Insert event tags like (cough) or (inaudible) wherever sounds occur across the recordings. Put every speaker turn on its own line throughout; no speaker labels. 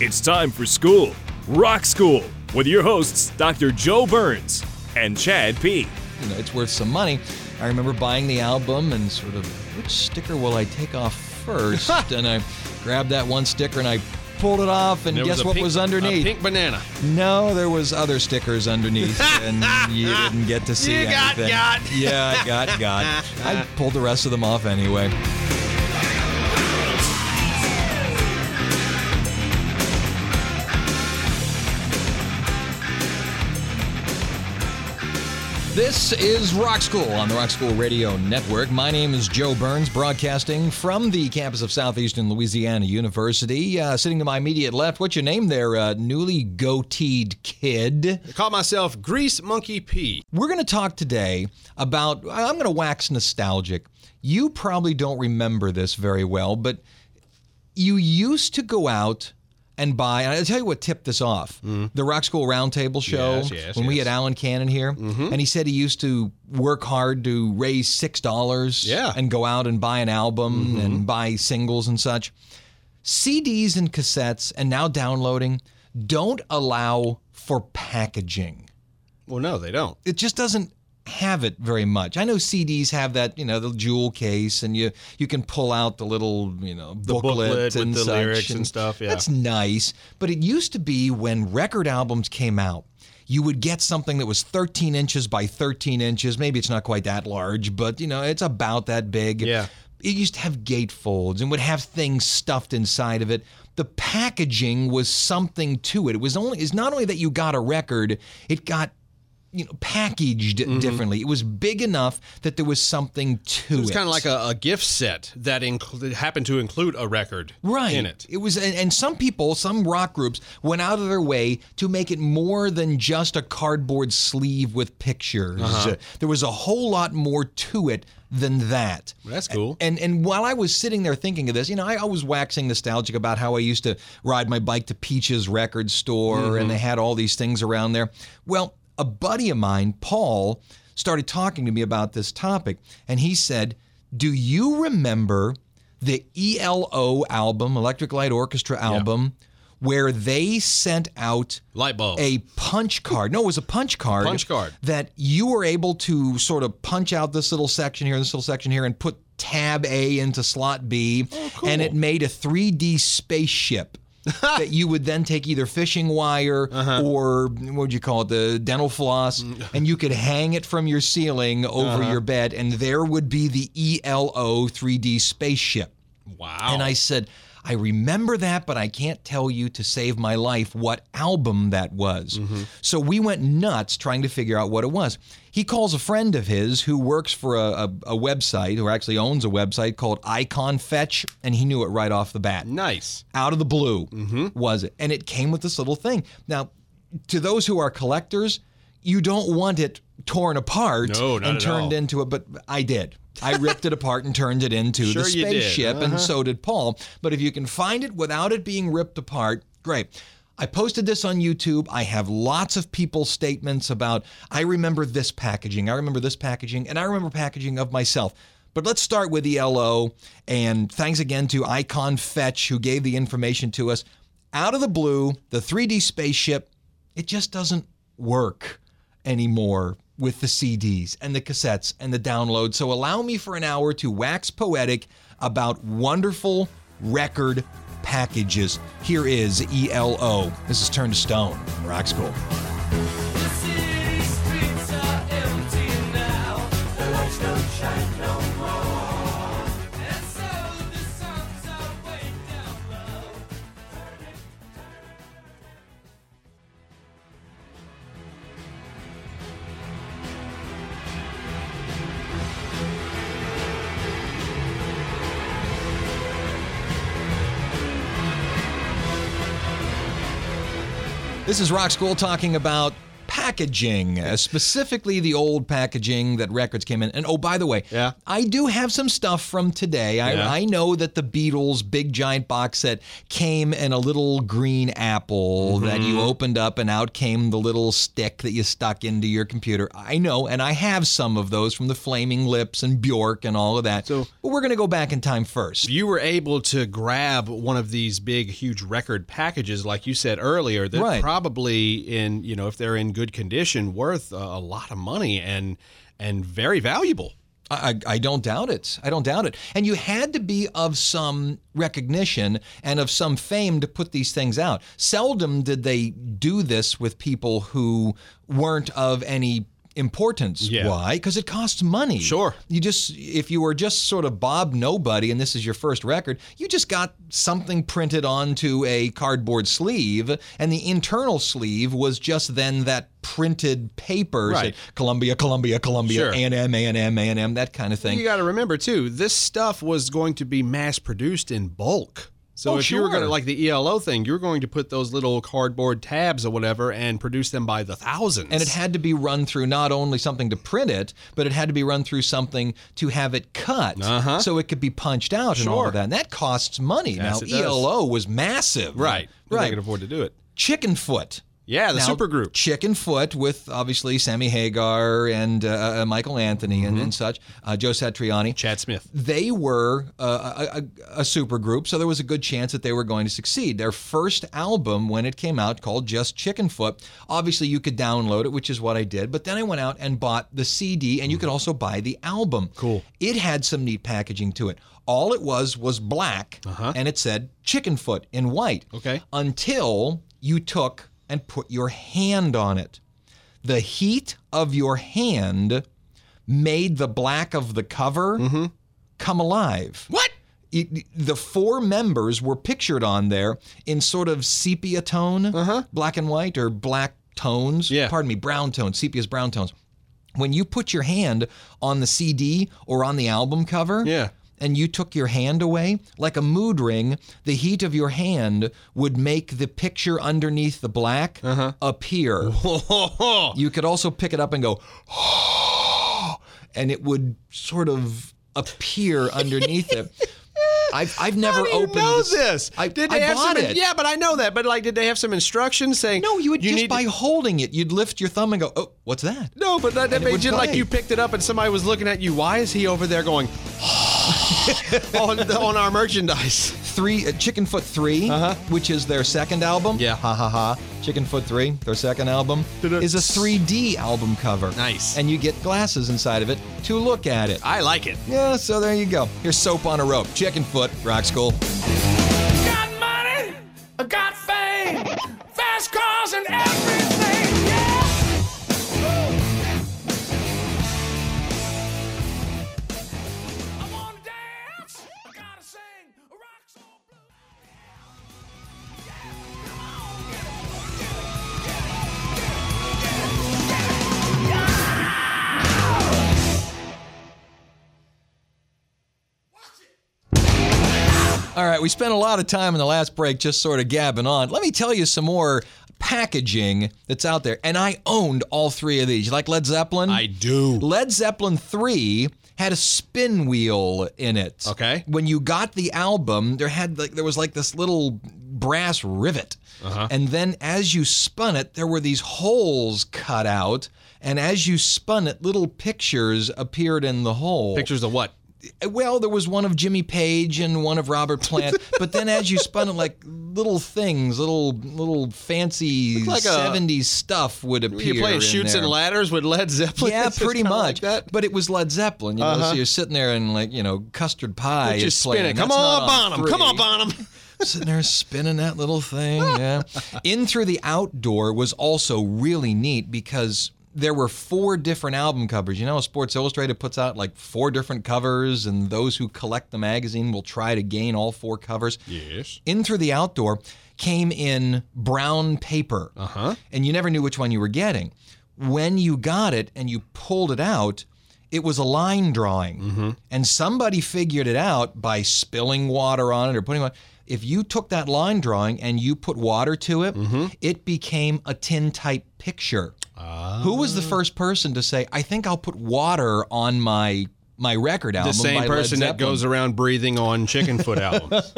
It's time for school, Rock School, with your hosts, Dr. Joe Burns and Chad P.
you know, it's worth some money. I remember buying the album and sort of, which sticker will I take off
(laughs)
first? and I grabbed that one sticker and I pulled it off, and
There
guess
a
what
pink-
was
A
underneath?
pink banana.
No, there was other
(laughs)
stickers underneath, and you didn't get to see
You got
anything.
got.
(laughs) Yeah, I got got. I pulled the rest of them off anyway. This is Rock School on the Rock School Radio Network. My name is Joe Burns, broadcasting from the campus of Southeastern Louisiana University. Uh, sitting to my immediate left, what's your name there, uh, newly goateed kid?
I call myself Grease Monkey P.
We're going to talk today about. I'm going to wax nostalgic. You probably don't remember this very well, but you used to go out and buy. And I'll tell you what tipped this off the Rock School Roundtable show.
Mm-hmm. Yes, yes,
when we
yes. Mm-hmm.
had Alan Cannon here, and he said he used to work hard to raise $6
Yeah. Mm-hmm.
and go out and buy an album and buy singles and such. CDs and cassettes, and now downloading, don't allow for packaging
Well, no, they don't.
it just doesn't have it very much. I know CDs have that, you know, the jewel case, and you you can pull out the little, you know, booklet,
booklet with
and
the
such,
lyrics and stuff, yeah.
that's nice. But it used to be when record albums came out, you would get something that was 13 inches by 13 inches. Maybe it's not quite that large, but you know, it's about that big.
Yeah.
It used to have gatefolds and would have things stuffed inside of it. The packaging was something to it. It was only it's not only that you got a record, it got you know packaged
Mm-hmm.
differently. It was big enough that there was something to it.
It's kind of like a, a gift set that incl- happened to include a record
right
in it.
It was, and, and some people, some rock groups, went out of their way to make it more than just a cardboard sleeve with pictures.
Uh-huh.
Uh, there was a whole lot more to it than that.
That's cool.
And and while I was sitting there thinking of this, you know, I, I was waxing nostalgic about how I used to ride my bike to Peach's record store and they had all these things around there. Well, a buddy of mine, Paul, started talking to me about this topic and he said, "Do you remember the ELO album, Electric Light Orchestra album, where they sent out
Light bulb.
a punch card. No, it was a punch card.
Oh. Punch card.
That you were able to sort of punch out this little section here, this little section here, and put tab A into slot B.
Oh,
And it made a 3D spaceship.
(laughs)
that you would then take either fishing wire
Uh-huh.
or what would you call it, the dental floss,
Mm.
and you could hang it from your ceiling over
Uh-huh.
your bed, and there would be the E ELO 3D spaceship.
wow.
And I said, I remember that, but I can't tell you to save my life what album that was.
Mm-hmm.
So we went nuts trying to figure out what it was. He calls a friend of his who works for a, a, a website, who actually owns a website called Icon Fetch, and he knew it right off the bat
nice.
out of the blue
Mm-hmm.
was it and it came with this little thing now to those who are collectors you don't want it torn apart
No, not
and
at
turned
all.
into a but i did i ripped it apart and turned it into
Sure
the
you did. Uh-huh.
spaceship and so did paul but if you can find it without it being ripped apart great I posted this on YouTube. I have lots of people's statements about, I remember this packaging, I remember this packaging, and I remember packaging of myself. But let's start with ELO. And thanks again to Icon Fetch, who gave the information to us. Out of the blue, the 3D spaceship, it just doesn't work anymore with the CDs and the cassettes and the download. So allow me for an hour to wax poetic about wonderful record packages. Here is ELO. This is Turn to Stone from Rock School.
The lights don't shine no more. And so the songs are waiting.
This is Rock School talking about packaging, uh, specifically the old packaging that records came in. And oh, by the way,
Yeah.
I do have some stuff from today. I,
Yeah.
I know that the Beatles' big giant box set came in a little green apple
Mm-hmm.
that you opened up, and out came the little stick that you stuck into your computer. I know, and I have some of those from the Flaming Lips and Bjork and all of that. So, but we're going to go back in time first.
You were able to grab one of these big, huge record packages, like you said earlier, that
Right.
probably in you know if they're in good condition, worth a, a lot of money and and very valuable.
I, I I don't doubt it. I don't doubt it. And you had to be of some recognition and of some fame to put these things out. Seldom did they do this with people who weren't of any importance.
Yeah.
Why? Because it costs money.
Sure.
You just, if you were just sort of Bob Nobody and this is your first record, you just got something printed onto a cardboard sleeve, and the internal sleeve was just then that printed paper.
Right.
said, Columbia, Columbia, Columbia,
Sure.
and M, and M, and M, that kind of thing.
You got to remember too, this stuff was going to be mass produced in bulk. So
Oh,
if you were going
sure.
to like the ELO thing, you're going to put those little cardboard tabs or whatever and produce them by the thousands.
And it had to be run through not only something to print it, but it had to be run through something to have it cut so it could be punched out and all
Uh-huh. Sure.
of that. And that costs money.
Yes,
now,
it does.
ELO was massive.
right, They
Right.
could afford to do it.
Chicken Foot.
Yeah, the
Now,
supergroup.
Chicken Foot with obviously Sammy Hagar and uh, uh, Michael Anthony
Mm-hmm.
and, and such, uh, Joe Satriani. (laughs)
Chad Smith.
they were uh, a, a, a super so there was a good chance that they were going to succeed. Their first album, when it came out, called Just Chicken Foot, obviously you could download it, which is what I did, but then I went out and bought the CD, and you could also buy the album. Cool. It had some neat packaging to it. All it was was black, and it said Chicken Foot in white.
Okay.
Until you took and put your hand on it. The heat of your hand made the black of the cover come alive. What? the four members were pictured on there in sort of sepia tone, black and white, or black tones.
Uh-huh. Yeah.
Pardon me, brown tones, sepia's brown tones. When you put your hand on the CD or on the album cover,
Yeah.
and you took your hand away, like a mood ring, the heat of your hand would make the picture underneath the black
Uh-huh.
appear. You could also pick it up and go, (gasps) and it would sort of
(laughs)
appear underneath it. I've, I've never
I
opened
know
this.
this.
I,
did
I
they have
bought
some,
it.
Yeah, but I know that. But like, did they have some instructions saying?
No, you would just
need
by holding it, you'd lift your thumb and go, oh, what's that?
No, but that, that
it
made
would
you like
play.
you picked it up and somebody was looking at you. Why is he over there going (laughs) on, on our merchandise?
Three, uh, Chicken Foot 3, which is their second album.
Uh-huh. Yeah.
Ha ha ha. Chicken Foot 3, their second album, is a 3D album cover.
Nice.
And you get glasses inside of it to look at it.
I like it.
Yeah, so there you go. Here's Soap on a Rope, Chicken Foot, Rock School.
got money, I got fame, fast cars and everything. Yeah. I wanna dance, I gotta sing, rock soul blues. Yeah, come on, get it, get it, get it, get it, get it, get it, yeah. Watch it.
All right, we spent a lot of time in the last break just sort of gabbing on. Let me tell you some more packaging that's out there. And I owned all three of these. You like Led Zeppelin?
I do.
Led Zeppelin 3 had a spin wheel in it.
Okay.
When you got the album, there had like there was like this little brass rivet.
Uh-huh.
And then as you spun it, there were these holes cut out, and as you spun it, little pictures appeared in the hole.
Pictures of what?
Well, there was one of Jimmy Page and one of Robert
(laughs)
Plant, but then as you spun it, like little things, little little fancy
like a-
70s stuff would appear.
You playing
in
shoots
there.
and ladders with Led Zeppelin?
(laughs) Yeah,
(laughs) It's just
pretty
kinda like
much.
that. Uh-huh.
But it was Led Zeppelin, you know. So you're sitting there and like you know, custard pie. is
just spin
playing.
it. Come
That's not
on, Bonham. Come on,
three.
Bonham.
sitting there spinning that little thing. Yeah. In Through the Outdoor was also really neat because there were four different album covers. You know, Sports Illustrated puts out like four different covers, and those who collect the magazine will try to gain all four covers. Yes. In Through the Outdoor came in brown paper. Uh
Uh-huh.
huh. And you never knew which one you were getting. When you got it and you pulled it out, It was a line drawing,
Mm-hmm.
and somebody figured it out by spilling water on it or putting on. If you took that line drawing and you put water to it,
Mm-hmm.
it became a tintype picture. Who was
Ah.
the first person to say, "I think I'll put water on my my record album"?
The same
by Led
person that
Zeppelin?
goes around breathing on chicken foot
(laughs)
albums.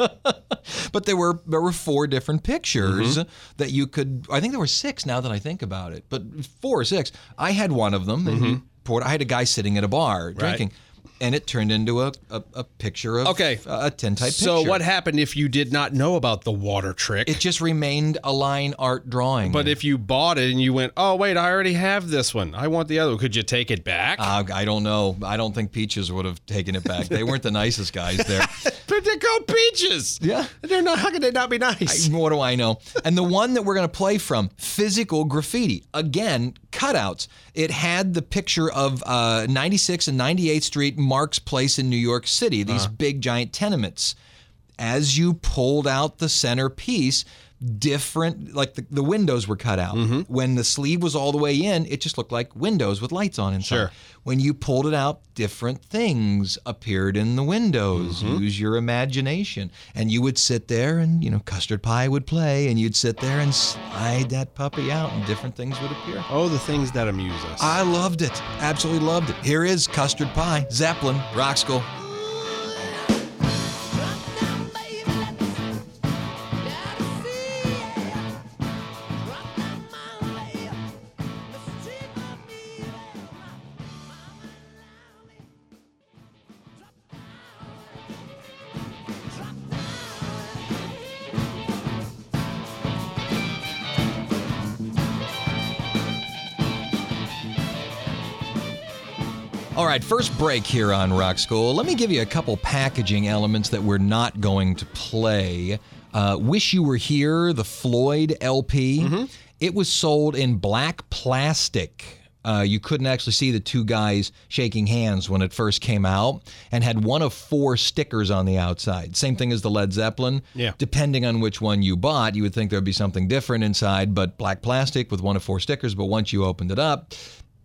But there were there were four different pictures
Mm-hmm.
that you could. I think there were six. Now that I think about it, but four or six. I had one of them. And
Mm-hmm.
you poured, I had a guy sitting at a bar drinking, and it turned into a, a, a picture of
Okay.
a, ten type.
so
picture.
what happened if you did not know about the water trick?
It just remained a line art drawing.
but if you bought it and you went, oh wait, I already have this one. I want the other. one. Could you take it back?
Uh, I don't know. I don't think Peaches would have taken it back. They weren't the nicest guys there.
(laughs) but they're called peaches.
Yeah.
They're not. How can they not be nice?
what do I know? And the one that we're going to play from, physical graffiti. Again, cutouts. It had the picture of uh, 96 and 98th Street, Mark's Place in New York City, these big giant tenements. As you pulled out the centerpiece, different, like the, the windows were cut out. When the sleeve was all the way in, it just looked like windows with lights on inside.
Sure.
When you pulled it out, different things appeared in the windows. Use your imagination. And you would sit there and, you know, custard pie would play and you'd sit there and slide that puppy out and different things would appear.
oh, the things that amuse us.
I loved it. Absolutely loved it. Here is custard pie, Zeppelin, Rock School. All right, first break here on Rock School. Let me give you a couple packaging elements that we're not going to play. Uh, Wish You Were Here, the Floyd LP. It was sold in black plastic. Uh, you couldn't actually see the two guys shaking hands when it first came out and had one of four stickers on the outside. Same thing as the Led Zeppelin.
Yeah.
Depending on which one you bought, you would think there'd be something different inside, but black plastic with one of four stickers. But once you opened it up,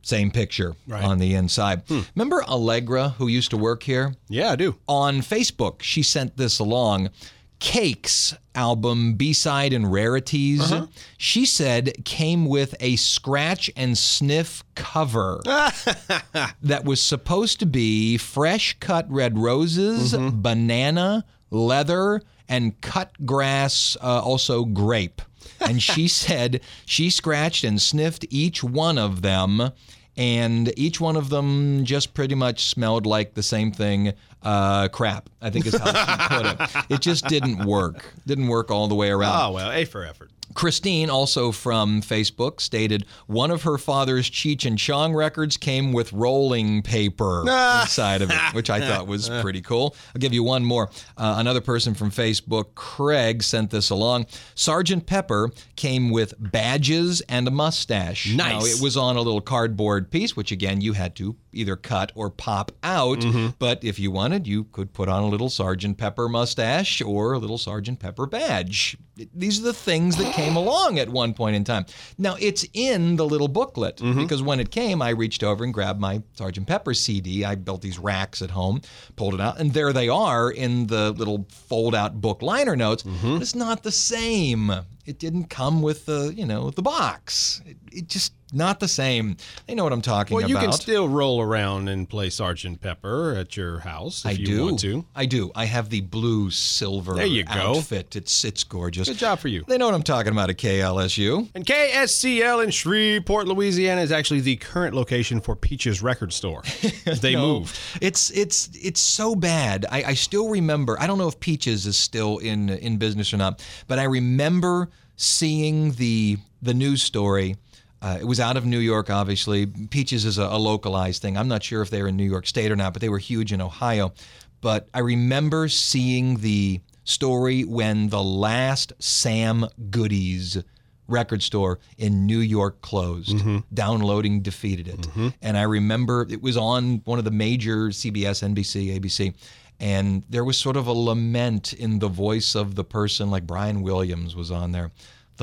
same picture on the inside. Remember Allegra, who used to work here?
yeah, I do.
On Facebook, she sent this along. Cakes album B side and rarities. She said came with a scratch and sniff cover that was supposed to be fresh cut red roses, banana, leather, and cut grass, uh, also grape. And she said she scratched and sniffed each one of them. And each one of them just pretty much smelled like the same thing, uh, crap. I think is how she put it. It just didn't work. Didn't work all the way around.
Oh well, a for effort.
Christine, also from Facebook, stated one of her father's Cheech and Chong records came with rolling paper inside of it, which I thought was pretty cool. I'll give you one more. Uh, another person from Facebook, Craig, sent this along. Sergeant Pepper came with badges and a mustache. Now,
Nice.
it was on a little cardboard piece, which again, you had to either cut or pop out. But if you wanted, you could put on a little Sergeant Pepper mustache or a little Sergeant Pepper badge. These are the things that came along at one point in time. Now, it's in the little booklet because when it came, I reached over and grabbed my Sergeant Pepper CD. I built these racks at home, pulled it out, and there they are in the little fold out book liner notes. But it's not the same. It didn't come with the, you know, the box. It, it just not the same. They know what I'm talking
Well,
about.
you can still roll around and play Sergeant Pepper at your house if
I
you
do.
want to.
I do. I have the blue silver
There you go.
outfit. It's it's gorgeous.
Good job for you.
They know what I'm talking about at KLSU.
And KSCL in Shreveport, Louisiana is actually the current location for Peach's record (laughs) store. They moved.
It's it's it's so bad. I, I still remember. I don't know if Peaches is still in in business or not, but I remember seeing the the news story. Uh, it was out of New York, obviously. Peaches is a, a localized thing. I'm not sure if they're in New York State or not, but they were huge in Ohio. But I remember seeing the story when the last Sam Goodies record store in New York closed.
Mm-hmm.
Downloading defeated it. And I remember it was on one of the major CBS, NBC, ABC. And there was sort of a lament in the voice of the person, like Brian Williams was on there.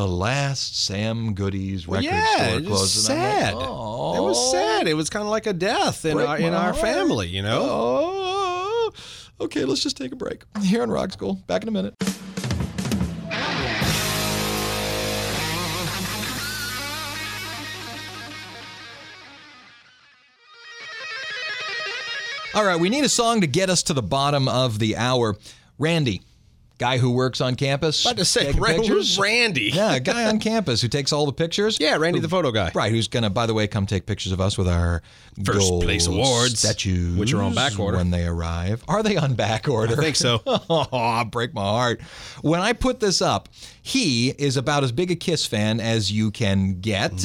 the last Sam Goody's record
yeah,
store
it was
closed.
sad.
And I'm like, oh,
It was sad. It was kind of like a death in
Break
our, in
my
our
heart.
family, you know.
Oh, okay, let's just take a break here on Rock School. Back in a minute. All right, we need a song to get us to the bottom of the hour. Randy, guy who works on campus,
About to say,
taking
Ra-
pictures.
who's Randy?
yeah, a guy
(laughs)
on campus who takes all the pictures.
Yeah, Randy the photo guy.
Right, who's gonna, by the way, come take pictures of us with our
First
gold
place awards,
statues,
which are on back order.
when they arrive. Are they on back order?
I think so.
(laughs) oh, I break my heart. When I put this up, he is about as big a Kiss fan as you can get.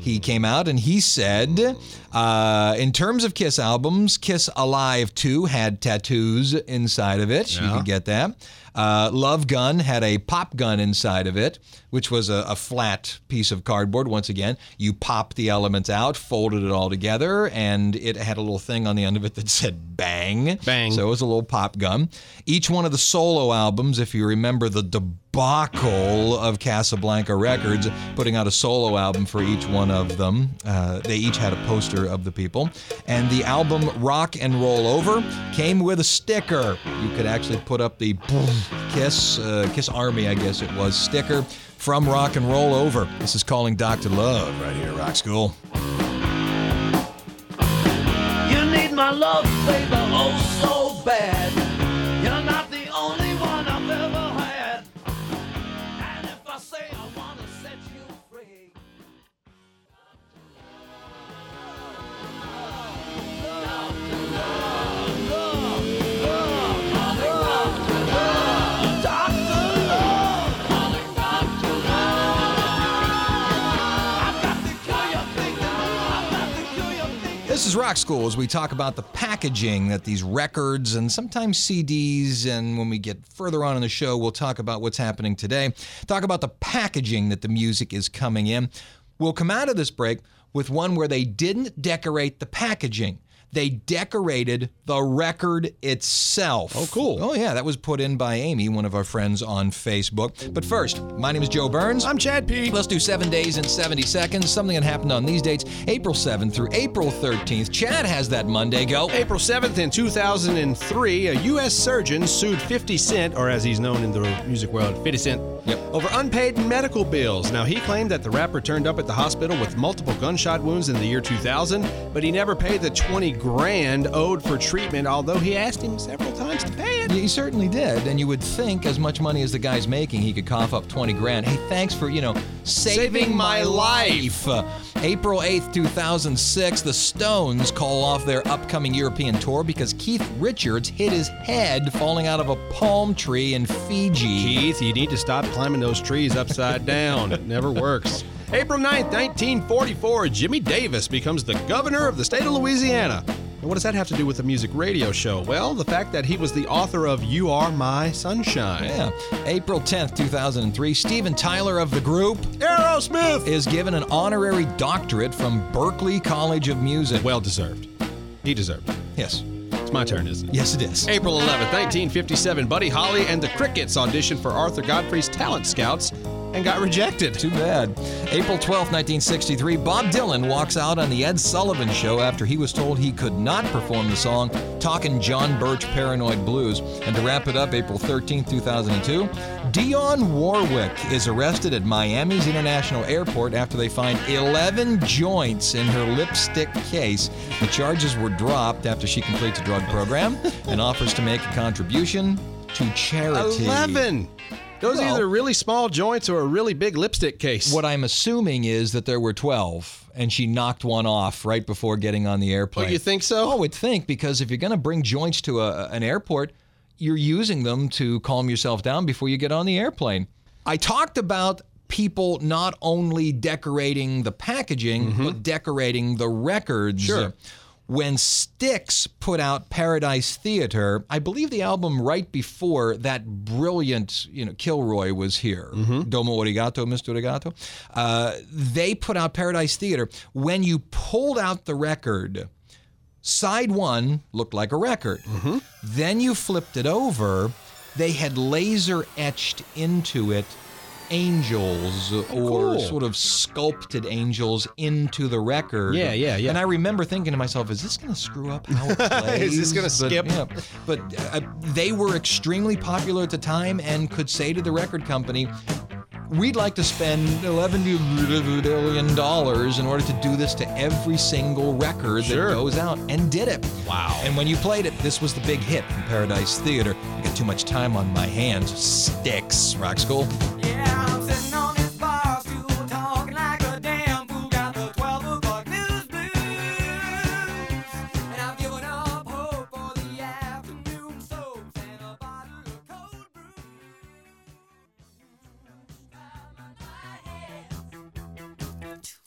He came out and he said, uh, in terms of Kiss albums, Kiss Alive 2 had tattoos inside of it. You can get that. Uh, Love Gun had a pop gun inside of it, which was a, a flat piece of cardboard. Once again, you popped the elements out, folded it all together, and it had a little thing on the end of it that said bang.
Bang.
So it was a little pop gun. Each one of the solo albums, if you remember the debacle of Casablanca Records, putting out a solo album for each one of them, uh, they each had a poster of the people. And the album Rock and Roll Over came with a sticker. You could actually put up the Kiss, uh, Kiss Army, I guess it was, sticker from Rock and Roll Over. This is Calling Dr. Love right here, Rock School.
You need my love, baby, oh so bad. You're not the only one I've ever had. And if I say I wanna set you free.
This is Rock School as we talk about the packaging that these records and sometimes CDs, and when we get further on in the show, we'll talk about what's happening today. Talk about the packaging that the music is coming in. We'll come out of this break with one where they didn't decorate the packaging. They decorated the record itself. Oh,
cool.
Oh, yeah, that was put in by Amy, one of our friends on Facebook. But first, my name is Joe Burns.
I'm Chad P.
Let's do seven days and 70 seconds. Something that happened on these dates, April 7th through April 13th. Chad has that Monday go.
April 7th in 2003, a U.S. surgeon sued 50 Cent, or as he's known in the music world, 50 Cent,
Yep.
over unpaid medical bills. Now, he claimed that the rapper turned up at the hospital with multiple gunshot wounds in the year 2000, but he never paid the 20 grand owed for treatment, although he asked him several times to pay it.
He certainly did, and you would think as much money as the guy's making, he could cough up 20 grand. Hey, thanks for, you know, saving,
Saving my
life. Uh, April 8th, 2006, the Stones call off their upcoming European tour because Keith Richards hit his head falling out of a palm tree in Fiji.
Keith, you need to stop climbing those trees upside down. It never works. April 9th, 1944, Jimmy Davis becomes the governor of the state of Louisiana. And what does that have to do with the music radio show? Well, the fact that he was the author of You Are My Sunshine.
Yeah. April 10th, 2003, Steven Tyler of the group
Aerosmith!
is given an honorary doctorate from Berklee College of Music.
Well deserved. He deserved. it.
yes.
It's my turn, isn't it?
Yes, it is.
April 11th, 1957, Buddy Holly and the Crickets auditioned for Arthur Godfrey's Talent Scouts and got rejected.
Too bad. April 12th, 1963, Bob Dylan walks out on The Ed Sullivan Show after he was told he could not perform the song Talkin' John Birch Paranoid Blues. And to wrap it up, April 13th, 2002, Dionne Warwick is arrested at Miami's International Airport after they find 11 joints in her lipstick case. The charges were dropped after she completes a drug program and offers to make a contribution to charity.
11! Those are
Well-
either really small joints or a really big lipstick case.
What I'm assuming is that there were 12 and she knocked one off right before getting on the airplane.
Oh, you think so?
I would think because if you're going to bring joints to a, an airport, you're using them to calm yourself down before you get on the airplane. I talked about people not only decorating the packaging, but decorating the records. Sure. When Styx put out Paradise Theater, I believe the album right before that brilliant, you know, Kilroy was here. Domo Origato, Mr. Origato. Uh, they put out Paradise Theater. When you pulled out the record, Side one looked like a record.
Mm-hmm.
Then you flipped it over, they had laser etched into it angels or
Cool.
sort of sculpted angels into the record.
Yeah, yeah, yeah.
And I remember thinking to myself, is this going to screw up how
(laughs)
it plays?
this gonna skip?
But, yeah. But, uh, they were extremely popular at the time and could say to the record company, We'd like to spend $11 billion dollars in order to do this to every single record
Sure.
that goes out, and did it.
Wow.
And when you played it, this was the big hit from Paradise Theater. I got too much time on my hands. Sticks, rock school.
Yeah, I'm sitting on this bar stool, talking like a damn fool. Got the 12 o'clock news blues, and I've given up hope for the afternoon soaps and a bottle of cold brew. Too much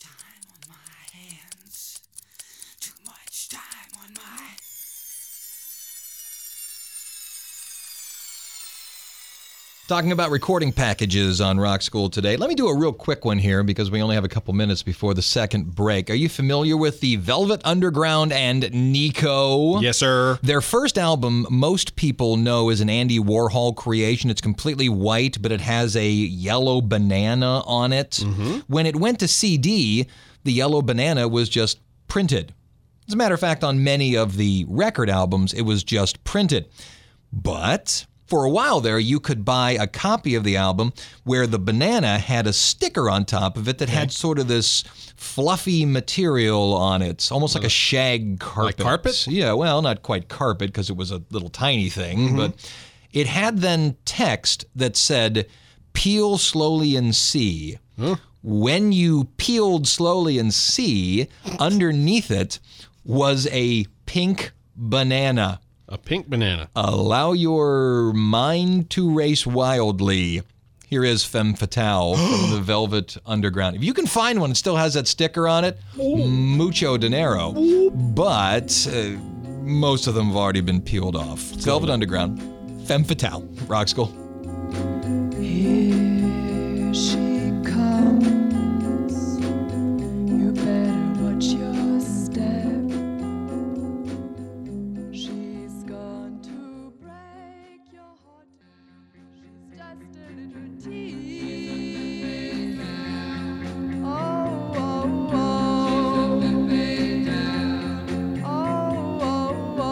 time on my hands. Too much time on my.
Talking about recording packages on Rock School today. Let me do a real quick one here because we only have a couple minutes before the second break. Are you familiar with the Velvet Underground and Nico?
Yes, sir.
Their first album, most people know, is an Andy Warhol creation. It's completely white, but it has a yellow banana on it. When it went to CD, the yellow banana was just printed. As a matter of fact, on many of the record albums, it was just printed. But for a while there, you could buy a copy of the album where the banana had a sticker on top of it that had sort of this fluffy material on it, almost like a shag carpet.
carpet?
Yeah, well, not quite carpet because it was a little tiny thing, but it had then text that said, Peel slowly and see. When you peeled slowly and see, underneath it was a pink banana
A pink banana.
Uh, allow your mind to race wildly. Here is Femme Fatale from the Velvet Underground. If you can find one that still has that sticker on it, mucho dinero. But uh, most of them have already been peeled off. Velvet Underground, Femme Fatale, Rock School.
Here she comes. You better watch your step. She's gone to break your heart. She's just a little tease. Oh, oh, oh. Oh, oh, oh.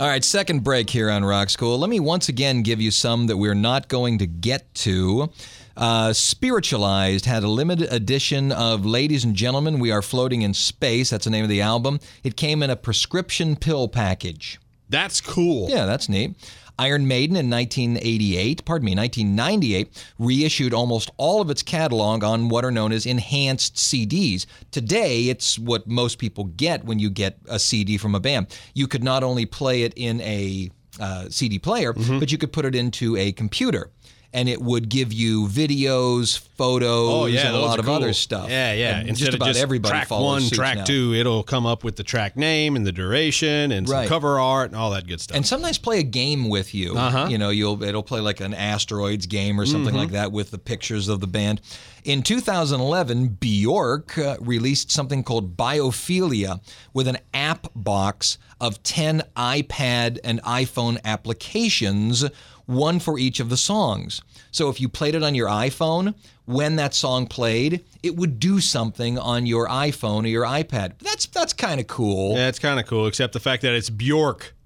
All right, second break here on Rock School. Let me once again give you some that we're not going to get to. Uh, Spiritualized had a limited edition of Ladies and Gentlemen, We Are Floating in Space. That's the name of the album. It came in a prescription pill package.
That's cool.
Yeah, that's neat. Iron Maiden in 1988, pardon me, 1998, reissued almost all of its catalog on what are known as enhanced CDs. Today, it's what most people get when you get a CD from a band. You could not only play it in a uh, CD player,
Mm-hmm.
but you could put it into a computer. And it would give you videos, photos,
Oh yeah,
and a
those
lot
are
of
cool.
other stuff.
Yeah, yeah.
And
Instead
just
of
about everybody
track
follows
one,
suit
track
now.
two, it'll come up with the track name and the duration and some
Right.
cover art and all that good stuff.
and sometimes play a game with you.
Uh-huh. Mm-hmm.
You know, you'll it'll play like an asteroids game or something like that with the pictures of the band. In 2011, Bjork uh, released something called Biophilia with an app box of 10 iPad and iPhone applications, one for each of the songs. So if you played it on your iPhone, when that song played, it would do something on your iPhone or your iPad. That's that's kind of cool.
yeah, it's kind of cool, except the fact that it's Bjork.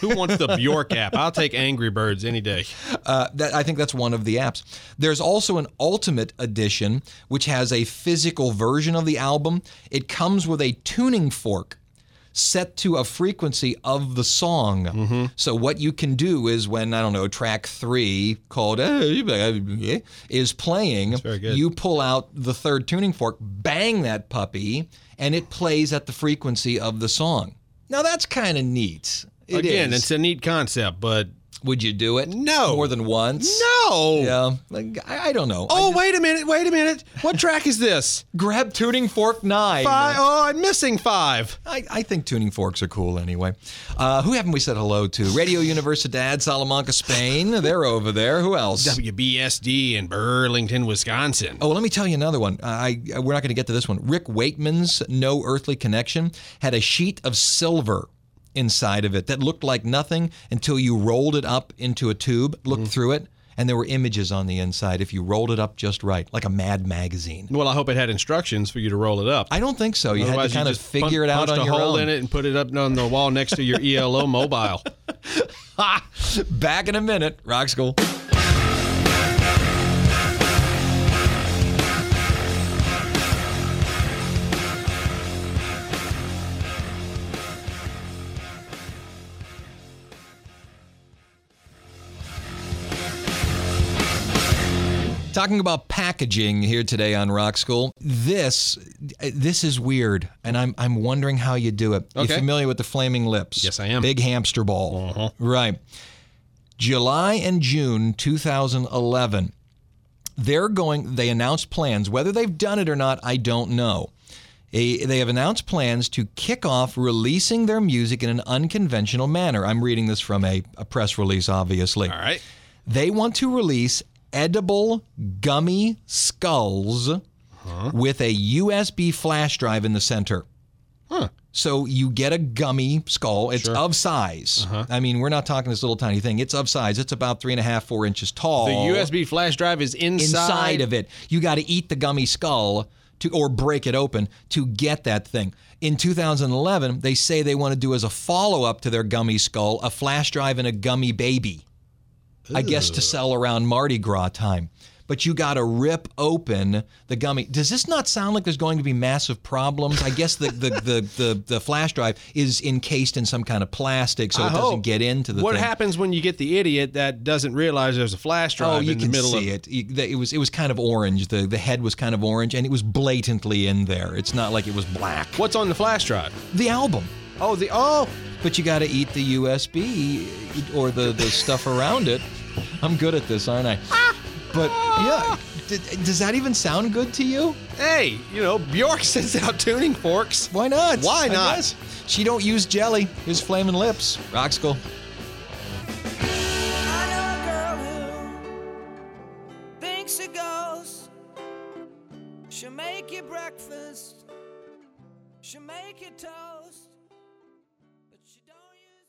Who wants the Bjork app? I'll take Angry Birds any day.
Uh, that, I think that's one of the apps. There's also an Ultimate Edition, which has a physical version of the album. It comes with a tuning fork set to a frequency of the song.
Mm-hmm.
So what you can do is when, I don't know, track three called eh, is playing,
good.
you pull out the third tuning fork, bang that puppy, and it plays at the frequency of the song. Now that's kind of neat. It
Again,
is.
it's a neat concept, but
Would you do it?
No.
More than once?
no.
Yeah, like, I, I don't know. I
Oh,
just-
wait a minute, wait a minute. What track
(laughs)
is this?
grab tuning fork nine.
Five. Oh, I'm missing five.
I, I think tuning forks are cool anyway. Uh, who haven't we said hello to? Radio Universidad, Salamanca, Spain. They're over there. Who else?
WBSD in Burlington, Wisconsin.
Oh, let me tell you another one. I, I we're not going to get to this one. Rick Wakeman's No Earthly Connection had a sheet of silver
Mm.
inside of it that looked like nothing until you rolled it up into a tube, looked through it, and there were images on the inside if you rolled it up just right, like a Mad magazine.
Well, I hope it had instructions for you to roll it up.
I don't think so. You had
Otherwise,
to kind of
just pun-
figure it out
punched
on
a
your
hole
own.
in it and put it up on the wall next to your
(laughs)
ELO mobile.
Back in a minute, Rock School. Talking about packaging here today on Rock School. This this is weird, and I'm I'm wondering how you do it. You
Okay.
familiar with the flaming lips?
Yes, I am. Uh-huh.
Big hamster ball. Right. July and June 2011. They're going. They announced plans. Whether they've done it or not, I don't know. A, they have announced plans to kick off releasing their music in an unconventional manner. I'm reading this from a, a press release, obviously.
All right.
They want to release edible gummy skulls with a USB flash drive in the center. So you get a gummy skull. It's of size. I mean, we're not talking this little tiny thing. It's of size. It's about three and a half, four inches tall.
The USB flash drive is inside.
inside of it. You got to eat the gummy skull to or break it open to get that thing. In 2011, they say they want to do as a follow-up to their gummy skull a flash drive and a gummy baby. I guess to sell around Mardi Gras time. But you got to rip open the gummy. Does this not sound like there's going to be massive problems? I guess the the, the, the, the flash drive is encased in some kind of plastic so
(laughs) I
it doesn't
hope.
get into the
What
thing.
happens when you get the idiot that doesn't realize there's a flash drive
Oh, you
in
can
the middle
see
of
it. You- the- It was it was kind of orange. The the head was kind of orange, and it was blatantly in there. It's not like it was black.
What's on the flash drive?
The album,
Oh, the oh,
but you got to eat the USB or the the stuff around it. I'm good at this, aren't I? But yeah, d- does that even sound good to you?
hey, you know Bjork (laughs) sends out tuning forks.
Why not?
Why
I
not?
guess. She don't use jelly. His flaming lips. Rock school.
I know a girl who thinks a ghost. She'll make you breakfast. She'll make you toast. But she don't use.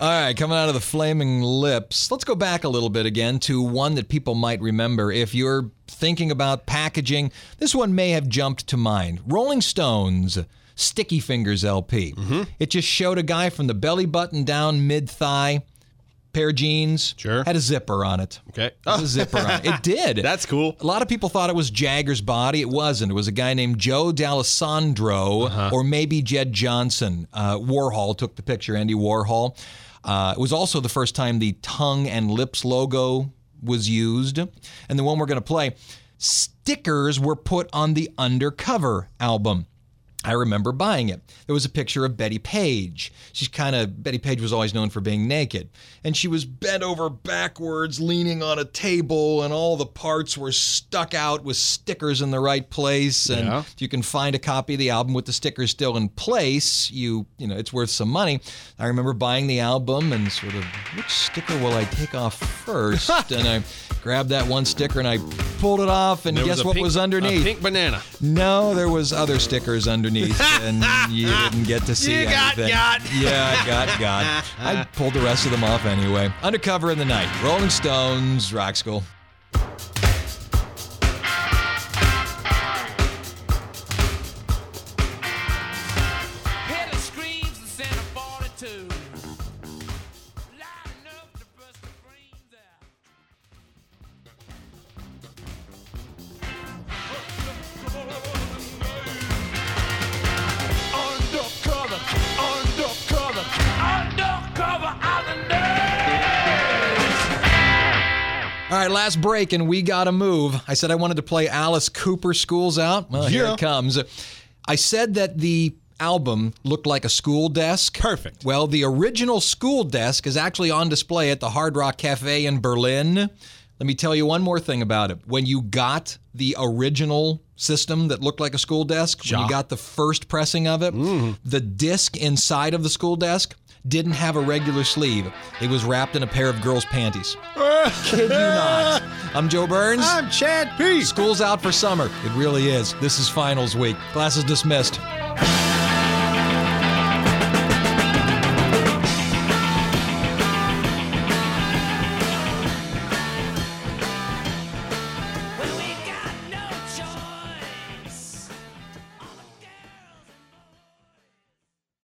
All right, coming out of the flaming lips, let's go back a little bit again to one that people might remember. If you're thinking about packaging, this one may have jumped to mind Rolling Stones. Sticky Fingers LP.
Mm-hmm.
It just showed a guy from the belly button down, mid thigh, pair of jeans.
Sure.
Had a zipper on it.
Okay.
It was a zipper on
(laughs)
it. It did.
That's cool.
A lot of people thought it was Jagger's body. It wasn't. It was a guy named Joe D'Alessandro
Uh-huh.
or maybe Jed Johnson. Uh, Warhol took the picture, Andy Warhol. Uh, it was also the first time the tongue and lips logo was used. And the one we're going to play, stickers were put on the undercover album. I remember buying it. There was a picture of Betty Page. She's kind of, Betty Page was always known for being naked. And she was bent over backwards, leaning on a table, and all the parts were stuck out with stickers in the right place. And
Yeah.
if you can find a copy of the album with the stickers still in place, you, you know, it's worth some money. I remember buying the album and sort of, which sticker will I take off first?
(laughs)
and I grabbed that one sticker and I pulled it off, and
There
guess
a
what
pink-
was
a
underneath?
pink banana.
No, there was other stickers
(laughs)
underneath, and you didn't get to see
You got
anything.
got.
Yeah, I got got. I pulled the rest of them off anyway. Undercover in the night. Rolling Stones, Rock School.
Helen screams the Santa 42. Loud enough to burst the brains out. Undercover, undercover, undercover are the nerds.
All right, last break, and we gotta move. I said I wanted to play Alice Cooper Schools Out. Well, here
Yeah.
it comes. I said that the album looked like a school desk.
Perfect.
Well, the original school desk is actually on display at the Hard Rock Cafe in Berlin. Let me tell you one more thing about it. When you got the original system that looked like a school desk, when you got the first pressing of it,
Mm-hmm.
the disc inside of the school desk didn't have a regular sleeve. It was wrapped in a pair of girls' panties. Kid you not. (laughs) I'm Joe Burns.
I'm Chad Peace.
School's out for summer. It really is. This is finals week. Classes dismissed.